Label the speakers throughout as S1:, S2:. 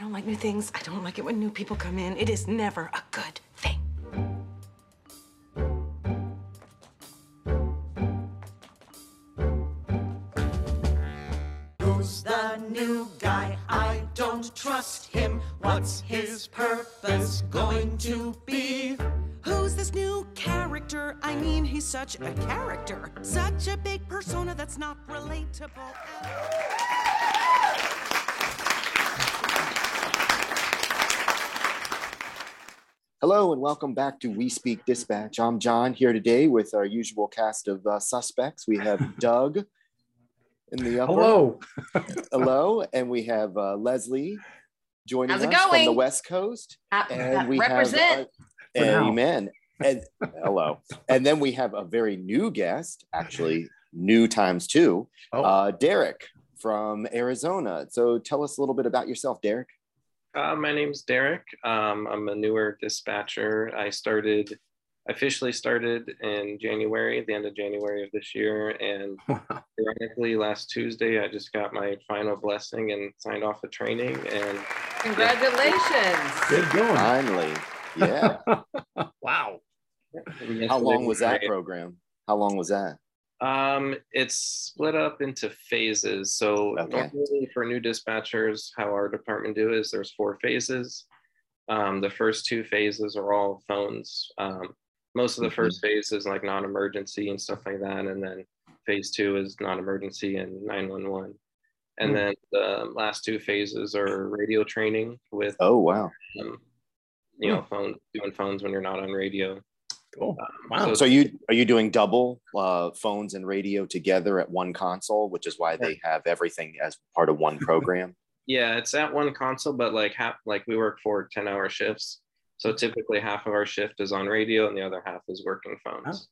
S1: don't like new things. I don't like it when new people come in. It is never a good thing.
S2: Who's the new guy? I don't trust him. What's his purpose going to be?
S3: Who's this new character? I mean, he's such a character. Such a big persona that's not relatable.
S4: Hello and welcome back to We Speak Dispatch. I'm John here today with our usual cast of uh, suspects. We have Doug in the upper.
S5: Hello.
S4: Hello. And we have uh, Leslie joining
S6: How's it
S4: us from the
S6: going?
S4: West Coast.
S6: Uh,
S4: And
S6: that
S4: we
S6: represent.
S4: have.
S5: For
S4: uh,
S5: now.
S4: amen. And hello. And then we have a very new guest, actually, new times two,
S5: Oh,
S4: uh, Derek from Arizona. So tell us a little bit about yourself, Derek.
S7: Uh, my name's Derek. Um, I'm a newer dispatcher. I started, officially started in January, the end of January of this year. And
S5: wow.
S7: ironically, last Tuesday, I just got my final blessing and signed off the training. And
S6: Congratulations.
S5: Good going.
S4: Finally. Yeah.
S5: wow.
S4: How long was that
S7: Great.
S4: program? How long was that?
S7: Um, it's split up into phases. So
S4: Okay.
S7: normally for new dispatchers, how our department do is there's four phases. Um, the first two phases are all phones. Um, most of the
S4: Mhm.
S7: first phase is like non-emergency and stuff like that, and then phase two is non-emergency and 911. And
S5: Hmm.
S7: then the last two phases are radio training with
S4: Oh, wow.
S7: um, you know phone doing phones when you're not on radio.
S5: Cool.
S4: Oh,
S7: Um,
S5: Wow.
S4: So you are you doing double uh, phones and radio together at one console, which is why they have everything as part of one program.
S7: Yeah, it's at one console, but like half, like we work four 10 hour shifts. So typically half of our shift is on radio and the other half is working phones.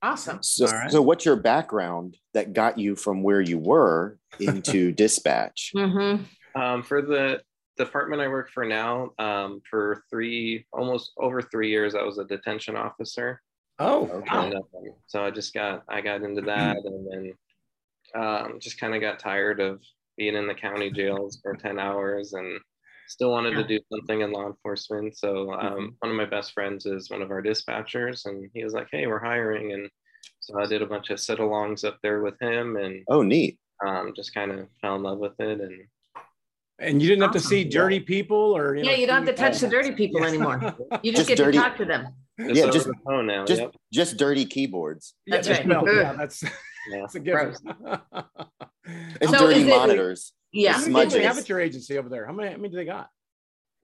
S6: Awesome.
S4: So,
S5: All right.
S4: so what's your background that got you from where you were into dispatch?
S6: Mm-hmm.
S7: Um, for the department I work for now, um, for three, almost over three years, I was a detention officer.
S5: Oh,
S4: Okay.
S5: wow.
S7: And, um, so I just got, I got into that and then um, just kind of got tired of being in the county jails for 10 hours and still wanted to do something in law enforcement. So um,
S4: Mm-hmm.
S7: one of my best friends is one of our dispatchers and he was like, hey, we're hiring. And so I did a bunch of sit alongs up there with him and
S4: Oh, neat.
S7: um, just kind of fell in love with it. And
S5: And you didn't have to
S6: Awesome.
S5: see dirty people or you
S6: Yeah,
S5: know,
S6: you don't have to touch the
S5: see- uh,
S6: dirty people anymore. You
S4: Just
S6: just, get
S4: dirty-
S6: to talk to them.
S7: it's
S4: Yeah,
S7: over
S4: just-
S7: the phone now.
S4: Just
S7: yep.
S4: just dirty keyboards.
S5: Yeah,
S6: That's
S5: the
S6: right.
S5: smell. Yeah,
S6: Ugh.
S5: that's
S7: Yeah.
S5: that's a given.
S4: and
S6: So
S4: dirty
S6: is it-
S4: moniters.
S6: Yeah.
S5: How many people
S4: smudges.
S5: have at your agency over there? How many? How many do they got?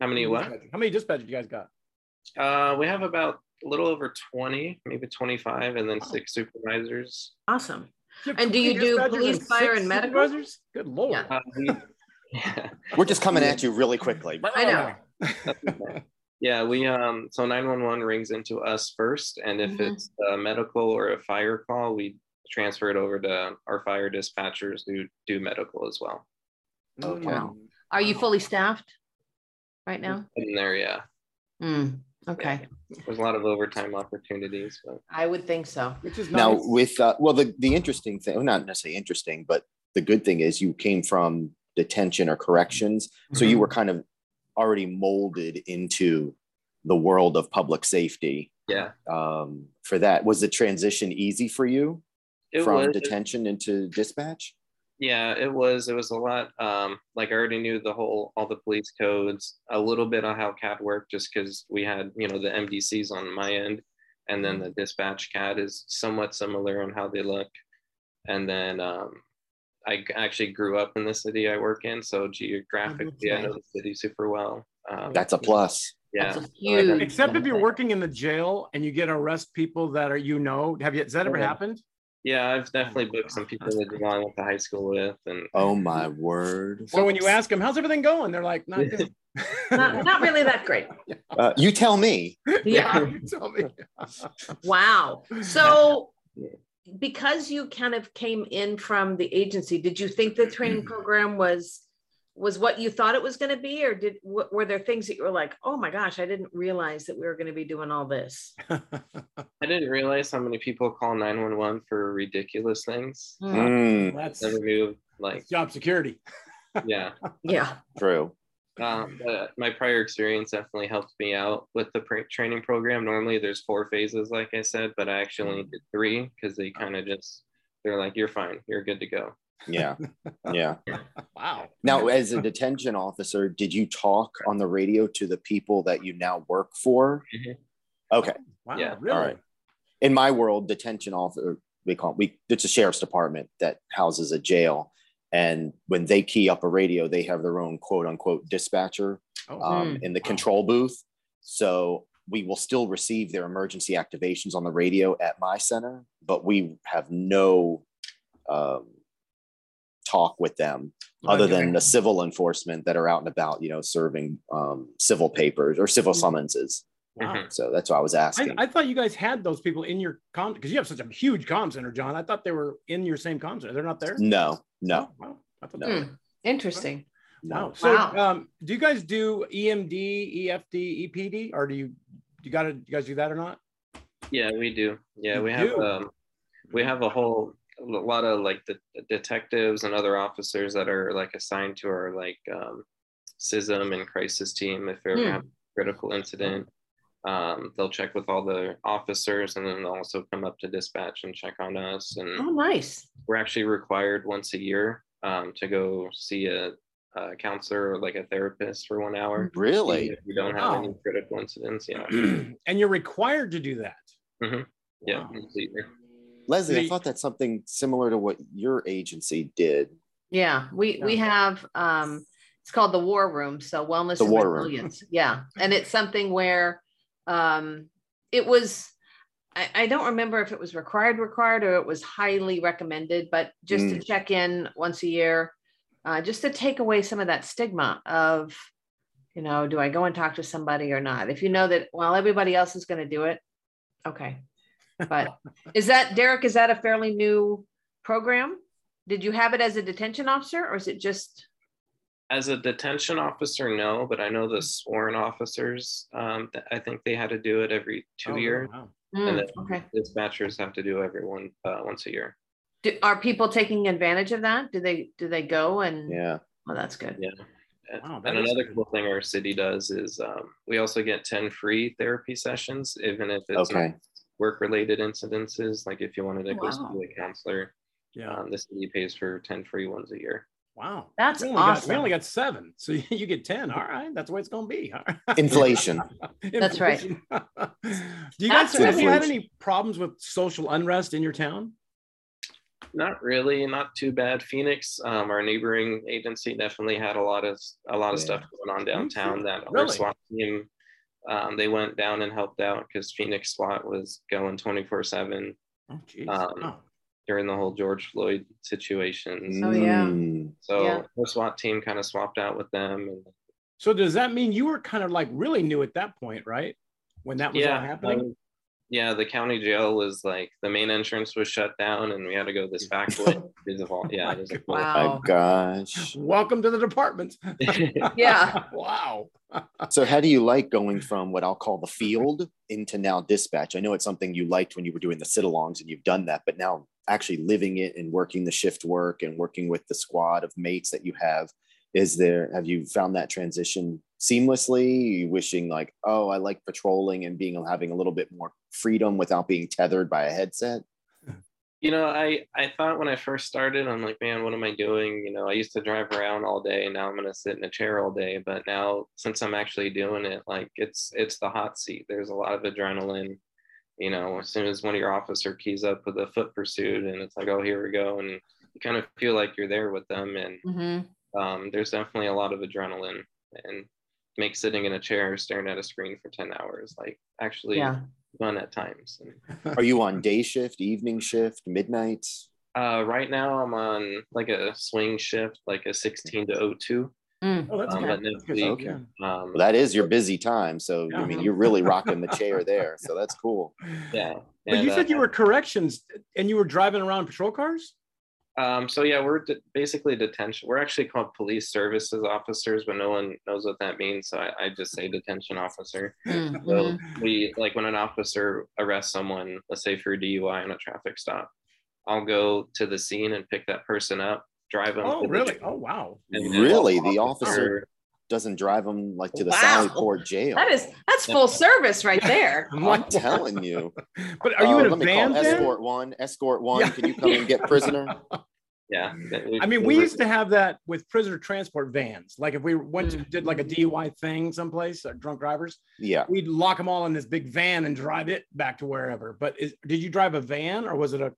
S7: How many what?
S5: How many dispatchers you guys got?
S7: Uh, we have about a little over 20, maybe 25, and then
S5: Wow.
S7: six supervisors.
S6: Awesome.
S5: You have
S6: And do
S5: 20
S6: you do
S5: dispatchers
S6: police,
S5: and
S6: fire,
S5: six
S6: and medical?
S5: supervisors? Good lord.
S6: Yeah.
S7: Uh, we, yeah.
S4: We're just coming at you really quickly.
S6: I know.
S7: Yeah, we um so 911 rings into us first, and if
S6: Mhm.
S7: it's a medical or a fire call, we transfer it over to our fire dispatchers who do medical as well.
S4: Okay.
S6: Wow. Are you fully staffed right now?
S7: In there, yeah,
S6: Mm, okay.
S7: there's a lot of overtime opportunities, but
S6: I would think so.
S5: Which is
S4: Now
S5: nice.
S4: with uh, well the the interesting thing, well, not necessarily interesting, but the good thing is you came from detention or corrections, so
S5: Mm-hmm.
S4: you were kind of already molded into the world of public safety.
S7: yeah,
S4: Um, for that, was the transition easy for you
S7: it
S4: from
S7: was
S4: detention into dispatch?
S7: yeah, it was it was a lot. Um, like I already knew the whole all the police codes, a little bit on how CAD worked, just because we had you know the MDCs on my end, and then the dispatch CAD is somewhat similar on how they look. and then um, I g- actually grew up in the city I work in, so geographically I know the city super well. Um,
S4: That's a plus.
S7: yeah,
S6: That's a huge.
S5: Except if you're working in the jail and you get to arrest people that are you know. Have you has that ever
S7: Yeah.
S5: happened?
S7: yeah. I've definitely booked some people that I went to high school with, and
S4: Oh my word!
S5: So when you ask them, how's everything going? They're like, not good.
S6: Not, not really that great.
S4: Uh, you tell me.
S6: Yeah.
S5: You tell me.
S6: Wow. So because you kind of came in from the agency, did you think the training program was was what you thought it was going to be or did w- were there things that you were like, "Oh my gosh, I didn't realize that we were going to be doing all this."
S7: I didn't realize how many people call nine one one for ridiculous things.
S6: Mm,
S4: Mm,
S5: That's
S7: Never knew, like,
S5: that's job security.
S7: yeah,
S6: Yeah.
S4: true.
S7: um, but my prior experience definitely helped me out with the pra- training program. Normally, there's four phases, like I said, but I actually only did three because they kind of just they're like, "You're fine, you're good to go."
S4: Yeah. Yeah.
S5: Wow.
S4: Now, as a detention officer, did you talk on the radio to the people that you now work for?
S7: Mhm.
S4: Okay.
S5: Wow.
S7: Yeah.
S5: Really?
S4: All right. In my world, detention officer, we call it, we, it's a sheriff's department that houses a jail. And when they key up a radio, they have their own quote unquote dispatcher
S5: Oh,
S4: um, in the control booth. So we will still receive their emergency activations on the radio at my center, but we have no um, talk with them other than the civil enforcement that are out and about, you know, serving um, civil papers or civil summonses.
S5: hmm. wow.
S4: So that's why I was
S5: I,
S4: asking.
S5: I thought you guys had those people in your com because you have such a huge com center, John. I thought they were in your same com center. They're not there.
S4: no, no,
S5: Oh, wow. I thought
S4: No.
S5: they were.
S6: Hmm, Interesting.
S5: Wow.
S4: no.
S5: So,
S6: Wow.
S5: um, do you guys do E EMD, EFD, EPD, E or do you you got to you guys do that or not?
S7: Yeah, we do. Yeah,
S5: You
S7: we have
S5: do?
S7: um, we have a whole a lot of like the detectives and other officers that are like assigned to our like um, SISM and crisis team if we ever
S6: Hmm.
S7: have a critical incident. Um, they'll check with all the officers and then they'll also come up to dispatch and check on us. And
S6: Oh, nice.
S7: we're actually required once a year um, to go see a, a counselor or like a therapist for one hour.
S4: Really?
S7: If we don't have any
S5: Wow. Hmm.
S7: critical incidents, yeah.
S5: and you're required to do that.
S7: Mhm. Yeah,
S5: Wow.
S7: completely.
S4: Leslie, I
S5: The-
S4: thought that's something similar to what your agency did.
S6: Yeah, we we have um it's called the war room, so wellness
S4: The
S6: and
S4: War Room.
S6: resilience. Yeah, and it's something where um it was I, I don't remember if it was required required or it was highly recommended, but just to
S5: Mm.
S6: check in once a year, uh, just to take away some of that stigma of you know, do I go and talk to somebody or not? If you know that well, everybody else is going to do it, okay. But is that Derek? Is that a fairly new program? Did you have it as a detention officer or is it just?
S7: As a detention officer, no, but I know the sworn officers, um, th- I think they had to do it every two
S5: Oh,
S7: years.
S5: wow.
S7: And
S6: Mm,
S7: then
S6: okay.
S7: dispatchers have to do every one uh, once a year.
S6: Do, are people taking advantage of that? Do they do they go and?
S4: Yeah.
S6: Well, that's good.
S7: Yeah.
S5: Wow, that
S7: and
S5: is
S7: another
S5: good.
S7: cool thing our city does is um, we also get 10 free therapy sessions, even if it's
S4: okay.
S7: work related incidences. Like if you wanted to go
S6: Wow.
S7: see a counselor,
S5: Yeah.
S7: um, the city pays for 10 free ones a year.
S5: Wow.
S6: That's
S5: we only got-
S6: awesome.
S5: we only got seven, so you get ten. All right, that's the way it's going to be. All right.
S4: Inflation.
S6: That's right.
S5: Inflation. Do you guys
S6: Absolutely.
S5: have you had any problems with social unrest in your town?
S7: Not really, not too bad. Phoenix, um, our neighboring agency, definitely had a lot of a lot of
S4: Yeah.
S7: stuff going on downtown. That our
S5: Really?
S7: SWAT team, um, they went down and helped out because Phoenix SWAT was going twenty four seven
S5: Oh, geez.
S7: Um,
S5: Wow.
S7: during the whole George Floyd situation.
S6: Oh, yeah.
S4: Mm.
S7: So
S6: Yeah.
S7: our SWAT team kind of swapped out with them, and
S5: So does that mean you were kind of like really new at that point, right? When that was all happening?
S7: um, yeah, the county jail was like the main entrance was shut down, and we had to go this back way. Because of all- yeah, it was a-
S4: My
S6: Wow.
S4: gosh.
S5: Oh Welcome to the department.
S6: Yeah.
S5: wow.
S4: So, how do you like going from what I'll call the field into now dispatch? I know it's something you liked when you were doing the sit alongs and you've done that, but now actually living it and working the shift work and working with the squad of mates that you have, is there, have you found that transition seamlessly? You wishing, like, oh, I like patrolling and being having a little bit more freedom without being tethered by a headset?
S7: you know i i thought when i first started i'm like man what am i doing you know i used to drive around all day and now i'm going to sit in a chair all day but now since i'm actually doing it like it's it's the hot seat there's a lot of adrenaline you know as soon as one of your officer keys up with a foot pursuit and it's like oh here we go and you kind of feel like you're there with them and
S6: hmm
S7: um, there's definitely a lot of adrenaline and makes sitting in a chair staring at a screen for 10 hours like actually
S6: Yeah.
S7: fun at times and,
S4: Are you on day shift, evening shift, midnight?
S7: Uh, right now I'm on like a swing shift, like a 16 to 02.
S6: Mm.
S5: Oh, that's
S7: Um,
S5: good.
S7: but next
S5: That's good.
S7: week,
S5: Okay.
S7: Um,
S4: Well, that is your busy time. So, I mean, you're really rocking the chair there. So, that's cool.
S7: yeah.
S5: But
S7: And,
S5: you said
S7: uh,
S5: you were corrections and you were driving around patrol cars?
S7: Um, so yeah, we're de- basically detention. We're actually called police services officers, but no one knows what that means. So I, I just say detention officer.
S6: Mm,
S7: So
S6: mhm.
S7: we like when an officer arrests someone, let's say for a DUI on a traffic stop, I'll go to the scene and pick that person up, drive them.
S5: Oh,
S7: to the
S5: really? Oh, wow.
S7: And then
S4: Really?
S7: I'll-
S4: The officer doesn't drive them like to the
S6: Wow.
S4: Sallyport jail.
S6: That is that's full service right there.
S5: I'm
S4: I'm
S5: like,
S4: telling you.
S5: but are you
S4: Uh,
S5: in a
S4: let me
S5: van?
S4: call
S5: Then?
S4: escort one. Escort one.
S5: Yeah.
S4: Can you come and get prisoner?
S7: Yeah. that
S5: I mean, we used to have that with prisoner transport vans. Like if we went to did like a DUI thing someplace, uh, drunk drivers,
S4: Yeah.
S5: we'd lock them all in this big van and drive it back to wherever. But is, did you drive a van or was it a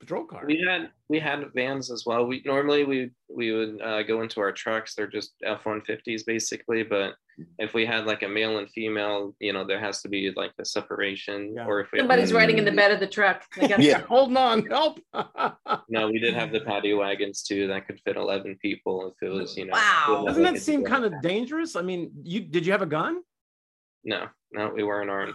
S5: patrol car?
S7: we had we had vans as well. We normally we we would uh, go into our trucks. They're just F one fifties basically. But
S5: Mm-hmm.
S7: if we had like a male and female, you know, there has to be like the separation.
S5: Yeah.
S7: Or if we
S6: Somebody's riding in the bed of the truck. They got-
S4: Yeah.
S5: Holding on, help.
S7: no, we did have the paddy wagons too that could fit eleven people if it was you know.
S6: Wow.
S5: Doesn't that seem kind of dangerous? I mean, you did you have a gun?
S7: No, no, we weren't armed.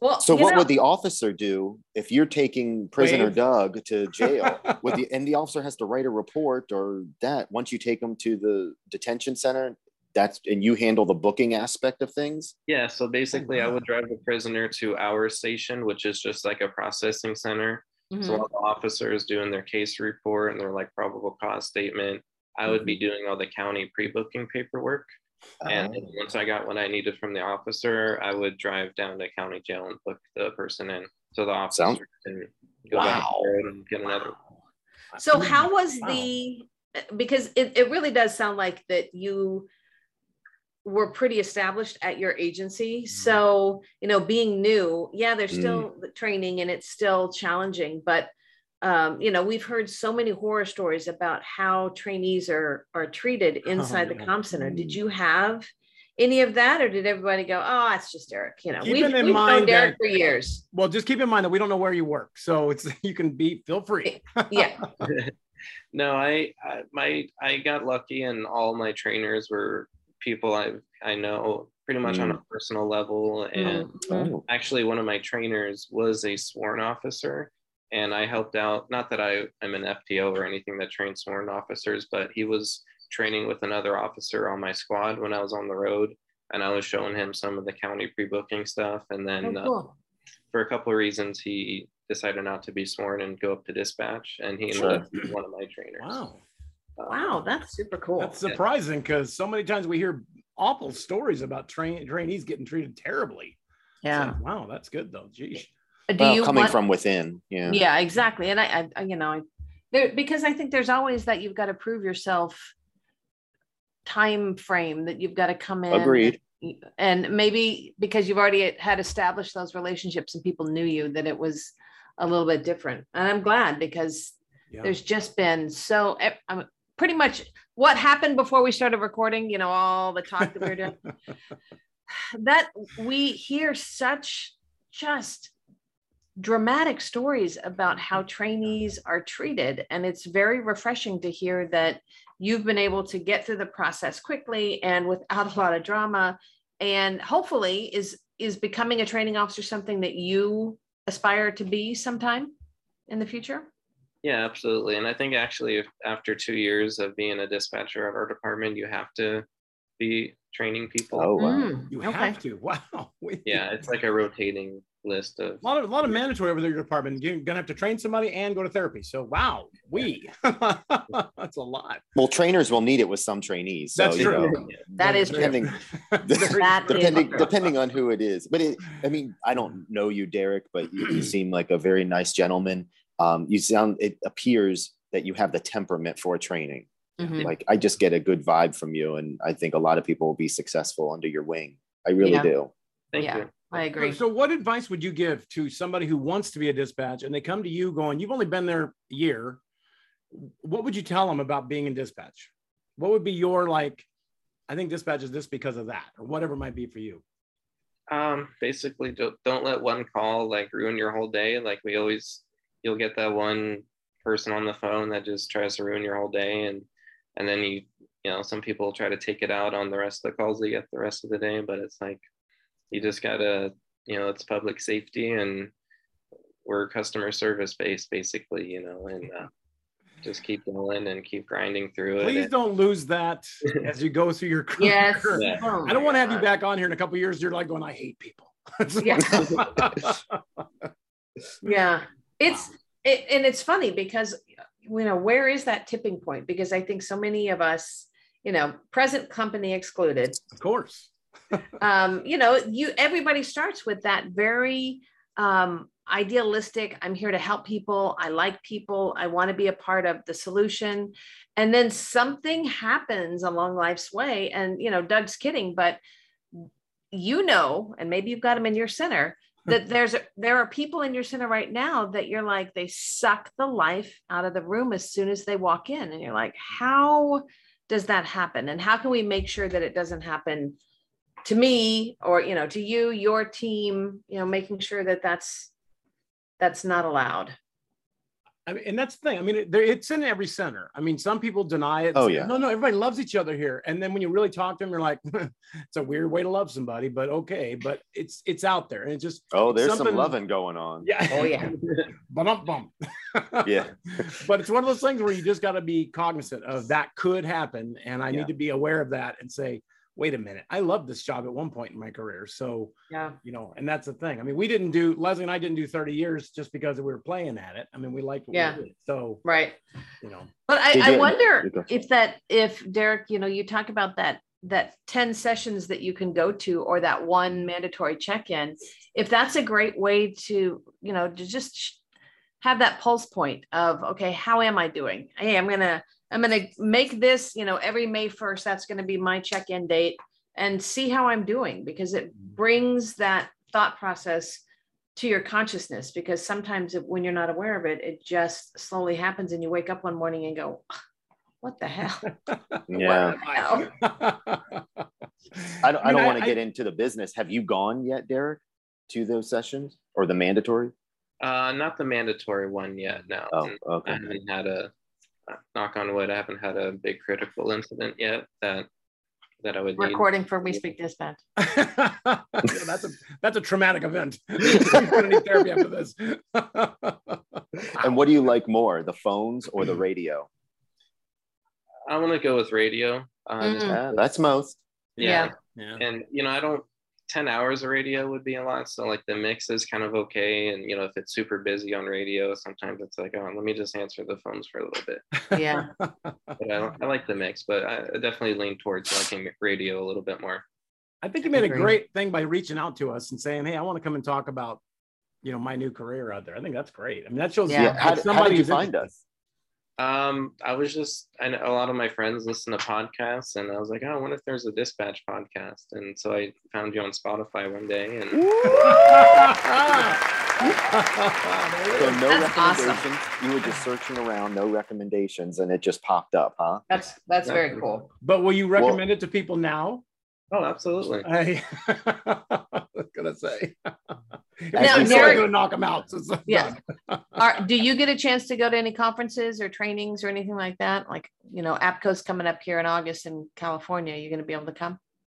S6: Well,
S4: So
S6: you
S4: what
S6: know,
S4: would the officer do if you're taking prisoner
S5: Wave.
S4: Doug to jail? With the and the officer has to write a report or that once you take them to the detention center, that's and you handle the booking aspect of things.
S7: Yeah, so basically, I would drive the prisoner to our station, which is just like a processing center. So
S6: mhm.
S7: all the officers doing their case report and their like probable cause statement. I would be doing all the county pre-booking paperwork,
S4: Oh.
S7: and
S4: Uh-huh.
S7: then once I got what I needed from the officer, I would drive down to county jail and book the person in. So the officer
S4: Sound-
S7: can go back
S4: Wow.
S7: there and get another.
S6: so how was
S5: Wow.
S6: the because it, it really does sound like that you were pretty established at your
S5: Mm-hmm.
S6: agency. So, you know, being new, yeah,
S5: Mm.
S6: there's still the training and it's still challenging, but um, you know, we've heard so many horror stories about how trainees are are treated
S5: Oh,
S6: inside the
S5: yeah.
S6: comp center.
S5: Mm.
S6: Did you have any of that or did everybody go, "Oh, it's just Derek, you know.
S5: Keeping
S6: we've
S5: in
S6: we've known
S5: mind that-
S6: Derek for years."
S5: Well, just keep in mind that we don't know where you work, so it's you can be feel free.
S6: Yeah.
S7: No, I, I my I got lucky, and all my trainers were people I I know pretty much on a personal level, and
S6: Mhm.
S4: Oh.
S7: actually one of my trainers was a sworn officer and i helped out not that i am an fto or anything that trains sworn officers but he was training with another officer on my squad when i was on the road and i was showing him some of the county pre-booking stuff and then
S6: Oh,
S7: uh,
S6: cool.
S7: for a couple of reasons he decided not to be sworn and go up to dispatch and he
S4: Sure.
S7: ended up being one of my trainers Uh,
S5: Wow.
S6: Wow, that's super cool.
S5: That's surprising because so many times we hear awful stories about train trainees getting treated terribly. It's
S6: yeah.
S5: like, wow, that's good though. Geez.
S6: Do
S4: Well,
S6: you
S4: coming
S6: want-
S4: from within. Yeah.
S6: Yeah, exactly. And I, I, I you know, I, there because I think there's always that you've got to prove yourself time frame that you've got to come in.
S4: Agreed.
S6: And maybe because you've already had established those relationships and people knew you that it was a little bit different. And I'm glad because
S5: Yeah.
S6: there's just been so eh, I'm pretty much what happened before we started recording, you know, all the talk that we were doing. that we hear such just dramatic stories about how trainees are treated and it's very refreshing to hear that you've been able to get through the process quickly and without a lot of drama and hopefully is is becoming a training officer something that you aspire to be sometime in the future
S7: Yeah, absolutely. And I think actually, if after two years of being a dispatcher at our department, you have to be training people.
S4: Oh wow.
S6: Mm,
S5: You
S6: okay.
S5: have to. Wow. We-
S7: Yeah, it's like a rotating list of.
S5: A lot of a lot of mandatory over there, your department. You're gonna have to train somebody and go to therapy. So wow, we that's a lot.
S4: Well, trainers will need it with some trainees. So,
S5: That's
S4: you
S5: true.
S4: know,
S6: That is true.
S4: depending
S5: Very-
S6: That is
S4: depending
S6: true.
S4: depending on who it is. But it, I mean, I don't know you, Derek, but you, you seem like a very nice gentleman. Um, you sound. It appears that you have the temperament for training.
S6: Mhm.
S4: Like I just get a good vibe from you, and I think a lot of people will be successful under your wing. I really
S6: Yeah.
S4: do.
S7: Thank
S6: yeah.
S7: you.
S6: i agree
S5: So what advice would you give to somebody who wants to be a dispatch and they come to you going, You've only been there a year. What would you tell them about being in dispatch? What would be your like, I think dispatch is this because of that, or whatever it might be for you?
S7: Um, basically, don't, don't let one call like ruin your whole day. Like we always, you'll get that one person on the phone that just tries to ruin your whole day, and and then you, you know, some people try to take it out on the rest of the calls they get the rest of the day. But it's like, you just gotta, you know, it's public safety, and we're customer service based, basically, you know, and uh, just keep going and keep grinding through
S5: Please
S7: it.
S5: don't lose that as you go through your career.
S6: yes
S7: Yeah.
S6: Oh
S5: I don't
S6: my
S5: want to have you
S6: God.
S5: back on here in a couple years. You're like going, I hate people. It's like-
S6: Yeah. yeah it's it, and it's funny because you know where is that tipping point because i think so many of us you know, present company excluded.
S5: Of course.
S6: Um, you know, you everybody starts with that very um, idealistic. I'm here to help people. I like people. I want to be a part of the solution. And then something happens along life's way. And you know, Doug's kidding, but you know, and maybe you've got them in your center that there's there are people in your center right now that you're like they suck the life out of the room as soon as they walk in and you're like how does that happen and how can we make sure that it doesn't happen to me or you know to you your team you know making sure that that's that's not allowed
S5: I mean, and that's the thing. I mean, it, there- it's in every center. I mean, some people deny it.
S4: Oh,
S5: Say,
S4: yeah.
S5: No, no, everybody loves each other here. And then when you really talk to them, you're like, it's a weird way to love somebody, but okay. But it's it's out there, and it just
S4: Oh, there's
S5: Something-
S4: some loving going on.
S5: yeah.
S6: Oh, yeah.
S5: bump bump.
S4: Yeah.
S5: but it's one of those things where you just got to be cognizant of that could happen, and I
S4: Yeah.
S5: need to be aware of that and say, wait a minute, I loved this job at one point in my career, so
S6: yeah
S5: you know, and that's the thing. I mean, we didn't do Leslie and I didn't do 30 years just because we were playing at it. I mean, we liked what
S6: Yeah.
S5: we did, so
S6: right
S5: you know,
S6: But
S4: They
S6: I, I
S4: did.
S6: wonder
S4: They did.
S6: if that, if Derek, you know, you talk about that, that 10 sessions that you can go to or that one mandatory check-in, if that's a great way to, you know, to just sh- have that pulse point of, okay, how am I doing? Hey, I'm going to, I'm going to make this, you know, every May 1st, that's going to be my check-in date and see how I'm doing because it brings that thought process to your consciousness because sometimes if, when you're not aware of it, it just slowly happens and you wake up one morning and go, what the hell?
S4: Yeah.
S6: Wow.
S4: I don't, I
S5: mean,
S4: don't want to
S5: I-
S4: get into the business. Have you gone yet, Derek, to those sessions or the mandatory?
S7: Uh, not the mandatory one yet. No,
S4: Oh,
S7: I
S4: okay.
S7: haven't had a knock on wood. I haven't had a big critical incident yet that that I would need.
S6: Recording for We Speak Dispatch.
S5: Yeah, that's a that's a traumatic event. I'm gonna need therapy after this.
S4: And what do you like more, the phones or the radio?
S7: I want to go with radio. Uh, just-
S6: Mm.
S4: Ah, that's most.
S7: yeah.
S5: yeah.
S7: and you know, I don't. Ten hours of radio would be a lot. So like the mix is kind of okay, and you know, if it's super busy on radio, sometimes it's like, oh, let me just answer the phones for a little bit.
S6: Yeah.
S7: But I, I like the mix, but I I definitely lean towards liking radio a little bit more.
S5: I think you made a
S6: Agree.
S5: great thing by reaching out to us and saying, "Hey, I want to come and talk about, you know, my new career out there." I think that's great. I mean, that shows
S6: Yeah.
S4: Yeah. How,
S5: that
S4: how did you
S5: somebody's
S4: find us?
S7: Um, I was just I know a lot of my friends listen to podcasts, and I was like, oh, I wonder if there's a dispatch podcast. And so I found you on Spotify one day, and
S5: interested-
S4: So no
S6: That's awesome.
S4: recommendations. You were just searching around, no recommendations, and it just popped up, huh?
S6: That's, that's very cool.
S5: but will you
S4: Well-
S5: recommend it to people now?
S7: oh, absolutely.
S5: I I was gonna say.
S6: Now,
S5: I'm
S6: Derek-
S5: gonna knock them out. so it's not
S6: Yeah.
S5: done.
S6: Are, do you get a chance to go to any conferences or trainings or anything like that? Like, you know, APCO's coming up here in August in California. You're going to be able to come?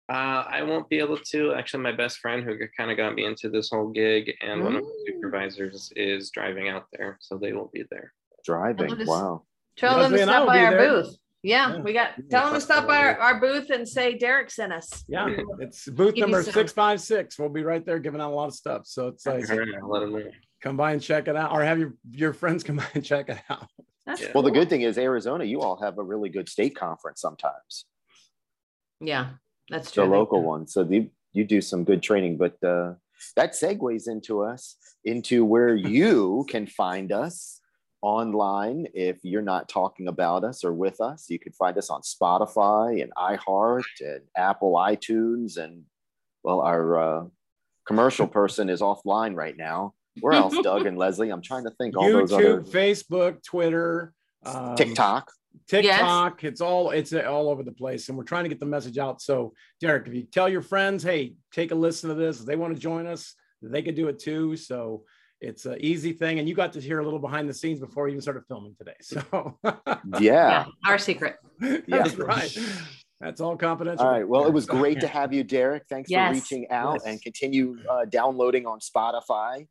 S7: Uh, I won't be able to. Actually, my best friend who kind of got me into this whole gig, and one of my
S6: Ooh.
S7: supervisors is driving out there, so they won't be there.
S6: How
S4: Driving.
S6: does-
S4: Wow.
S6: Tell them
S5: Leslie
S6: to
S5: and I
S6: stop
S5: will be
S6: by our
S5: there.
S6: booth. Yeah,
S5: Yeah.
S6: we got, tell them to stop by our, our booth and say Derek sent us.
S5: Yeah, it's booth
S6: Give you
S5: number
S6: some.
S5: six five six. We'll be right there giving out a lot of stuff. So it's like
S7: All right, I'll let them know.
S5: come by and check it out, or have your your friends come by and check it out.
S6: That's
S7: Yeah.
S4: Well, the
S6: cool.
S4: good thing is Arizona, you all have a really good state conference sometimes,
S6: Yeah, that's
S4: the
S6: true.
S4: local one. So you you do some good training, but uh, that segues into us into where you can find us online if you're not talking about us or with us. You can find us on Spotify and iHeart and Apple iTunes and well, our uh, commercial person is offline right now. Where else, Doug and Leslie? I'm trying to think. All those other
S5: YouTube, Facebook, Twitter, um,
S4: TikTok.
S5: TikTok. It's all it's all over the place, and we're trying to get the message out. So, Derek, if you tell your friends, hey, take a listen to this. If they want to join us, they could do it too. So it's an easy thing, and you got to hear a little behind the scenes before you even started filming today. So
S4: Yeah.
S6: Yeah, our secret.
S5: that's right. That's all confidential.
S4: All right. Well, it was great to have you, Derek. Thanks
S6: Yes.
S4: for reaching out
S5: Yes.
S4: and continue uh, downloading on Spotify.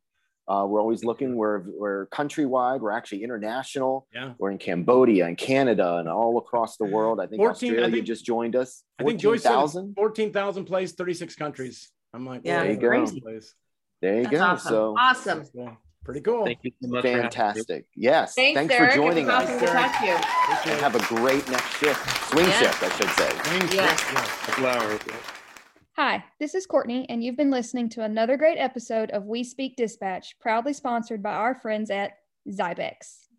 S4: Uh, we're always looking. We're we're countrywide. We're actually international.
S5: Yeah.
S4: We're in Cambodia and Canada and all across the world. I think
S5: 14 I
S4: Australia
S5: think-
S4: just joined us.
S5: I think Joyce said it's
S4: 14,000.
S5: fourteen thousand plays, thirty six countries. I'm like, "Whoa,
S6: Yeah,
S4: There you go.
S5: crazy place."
S4: There you
S6: That's
S4: go.
S6: awesome.
S4: So
S6: awesome.
S5: Yeah. Pretty cool.
S7: Thank you so much. for having me.
S4: Fantastic. Yes.
S6: Thanks,
S4: Thanks
S6: Eric.
S4: for joining
S6: it
S4: us.
S6: was awesome to talk to you.
S4: And
S5: Appreciate it.
S4: have a great next shift. Swing
S6: Yeah.
S4: shift, I should say.
S5: Thanks.
S6: Yes.
S7: Flowers.
S8: Hi, this is Courtney, and you've been listening to another great episode of We Speak Dispatch, proudly sponsored by our friends at Zybex.